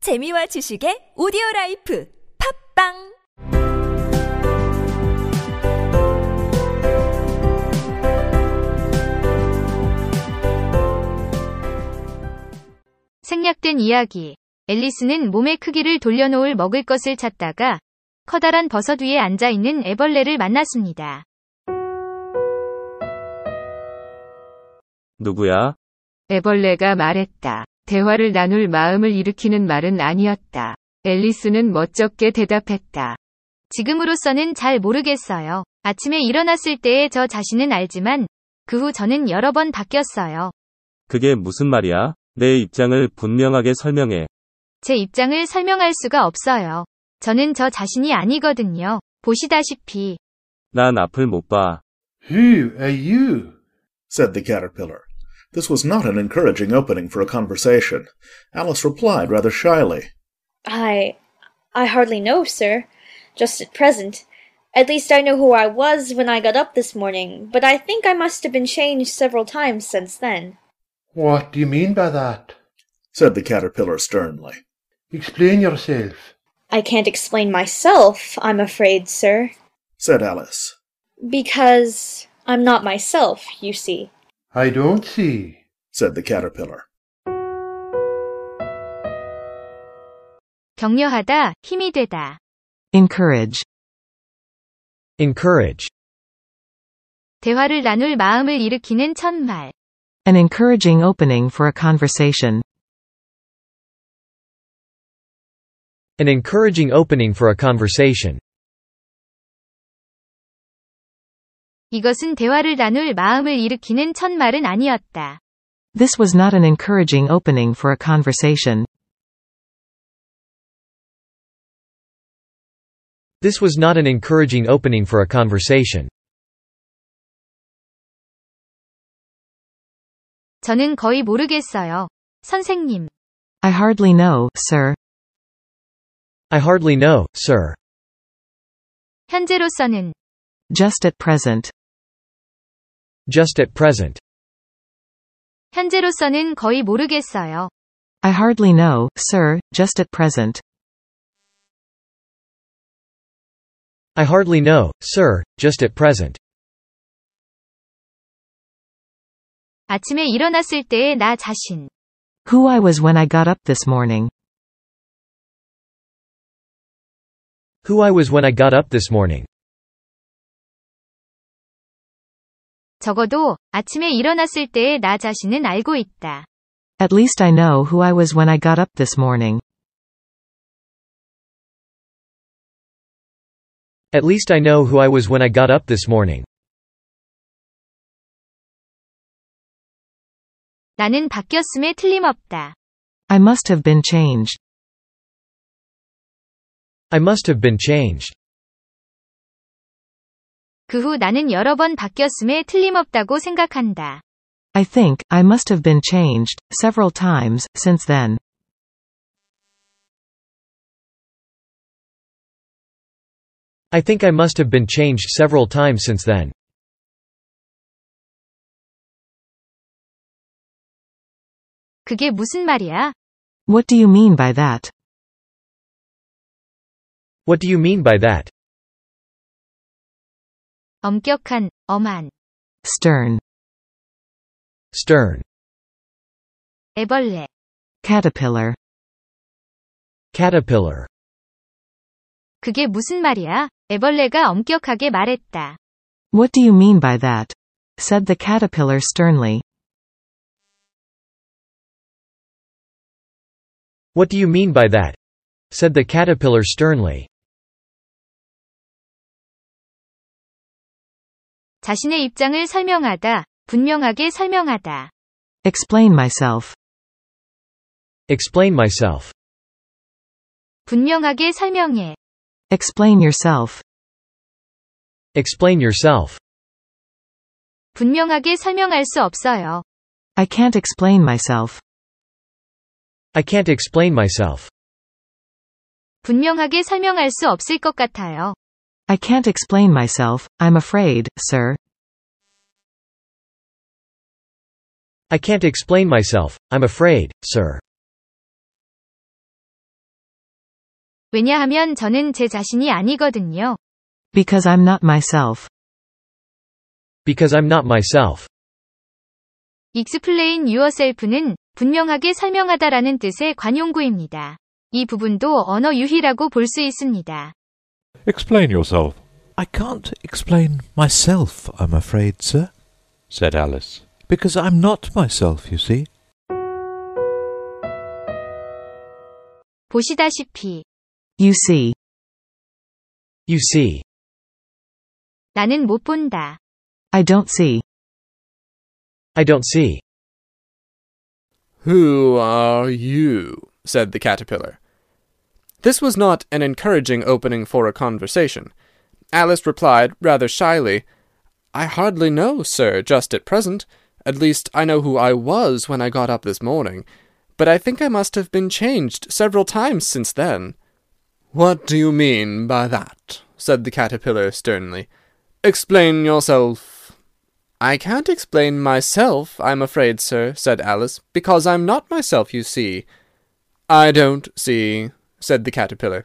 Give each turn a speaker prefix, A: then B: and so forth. A: 재미와 지식의 오디오 라이프 팝빵
B: 생략된 이야기. 앨리스는 몸의 크기를 돌려놓을 먹을 것을 찾다가 커다란 버섯 위에 앉아 있는 애벌레를 만났습니다.
C: 누구야?
D: 애벌레가 말했다. 대화를 나눌 마음을 일으키는 말은 아니었다. 앨리스는 멋쩍게 대답했다.
B: 지금으로서는 잘 모르겠어요. 아침에 일어났을 때의 저 자신은 알지만 그 후 저는 여러 번 바뀌었어요.
C: 그게 무슨 말이야? 내 입장을 분명하게 설명해.
B: 제 입장을 설명할 수가 없어요. 저는 저 자신이 아니거든요. 보시다시피
C: 난 앞을 못 봐.
E: Who are you?
F: said the caterpillar. This was not an encouraging opening for a conversation. Alice replied rather shyly.
G: I I hardly know, sir, just at present. At least I know who I was when I got up this morning, but I think I must have been changed several times since then.
E: What do you mean by that?
F: said the caterpillar sternly.
E: Explain yourself.
G: I can't explain myself, I'm afraid, sir,
F: said Alice.
G: because I'm not myself, you see.
E: I don't see.
F: said the caterpillar.
B: 격려하다, 힘이 되다.
H: encourage,
I: Encourage.
B: 대화를 나눌 마음을 일으키는 첫말.
H: an encouraging opening for a conversation.
I: An encouraging opening for a conversation.
B: 이것은 대화를 나눌 마음을 일으키는 첫말은 아니었다.
H: This was not an encouraging opening for a conversation.
I: This was not an encouraging opening for a conversation.
B: 저는 거의 모르겠어요. 선생님,
H: I hardly know, sir.
I: I hardly know, sir.
B: 현재로서는
H: Just at present.
I: Just at present.
B: 현재로서는 거의 모르겠어요.
H: I hardly know, sir, just at present.
I: I hardly know, sir, just at present.
B: 아침에 일어났을 때의 나 자신.
H: Who I was when I got up this morning.
I: Who I was when I got up this morning.
B: 적어도 아침에 일어났을 때의 나 자신은 알고 있다.
H: At least I know who I was when I got up this morning.
I: At least I know who I was when I got up this morning.
B: 나는 바뀌었음에 틀림없다.
H: I must have been changed.
I: I must have been changed.
B: 그 후 나는 여러 번 바뀌었음에 틀림없다고 생각한다.
H: I think, I must have been changed, several times, since then.
I: I think I must have been changed several times since then.
B: 그게 무슨 말이야?
H: What do you mean by that?
I: What do you mean by that?
B: 엄격한, 엄한,
H: Stern.
I: Stern.
B: 애벌레.
H: Caterpillar.
I: Caterpillar.
B: 그게 무슨 말이야? 애벌레가 엄격하게 말했다.
H: What do you mean by that? said the caterpillar sternly.
I: What do you mean by that? said the caterpillar sternly.
B: 자신의 입장을 설명하다, 분명하게 설명하다.
H: Explain myself.
I: Explain myself.
B: 분명하게 설명해.
H: Explain yourself.
I: Explain yourself.
B: 분명하게 설명할 수 없어요.
H: I can't explain myself.
I: I can't explain myself.
B: 분명하게 설명할 수 없을 것 같아요.
H: I can't explain myself, I'm afraid, sir.
I: I can't explain myself, I'm afraid, sir.
B: 왜냐하면 저는 제 자신이 아니거든요.
J: Because I'm not myself.
C: Because I'm not myself.
B: explain yourself는 분명하게 설명하다라는 뜻의 관용구입니다. 이 부분도 언어 유희라고 볼 수 있습니다.
K: Explain yourself,
L: I can't explain myself, I'm afraid, sir,
K: said Alice.
L: because I'm not myself, you see.
B: 보시다시피
J: You see.
C: You see.
B: 나는 못 본다.
J: I don't see.
C: I don't see.
H: Who are you? said the caterpillar. This was not an encouraging opening for a conversation. Alice replied rather shyly, I hardly know, sir, just at present. At least I know who I was when I got up this morning, but I think I must have been changed several times since then. What do you mean by that? said the caterpillar sternly. Explain yourself. I can't explain myself, I'm afraid, sir, said Alice, because I'm not myself, you see. I don't see, said the caterpillar.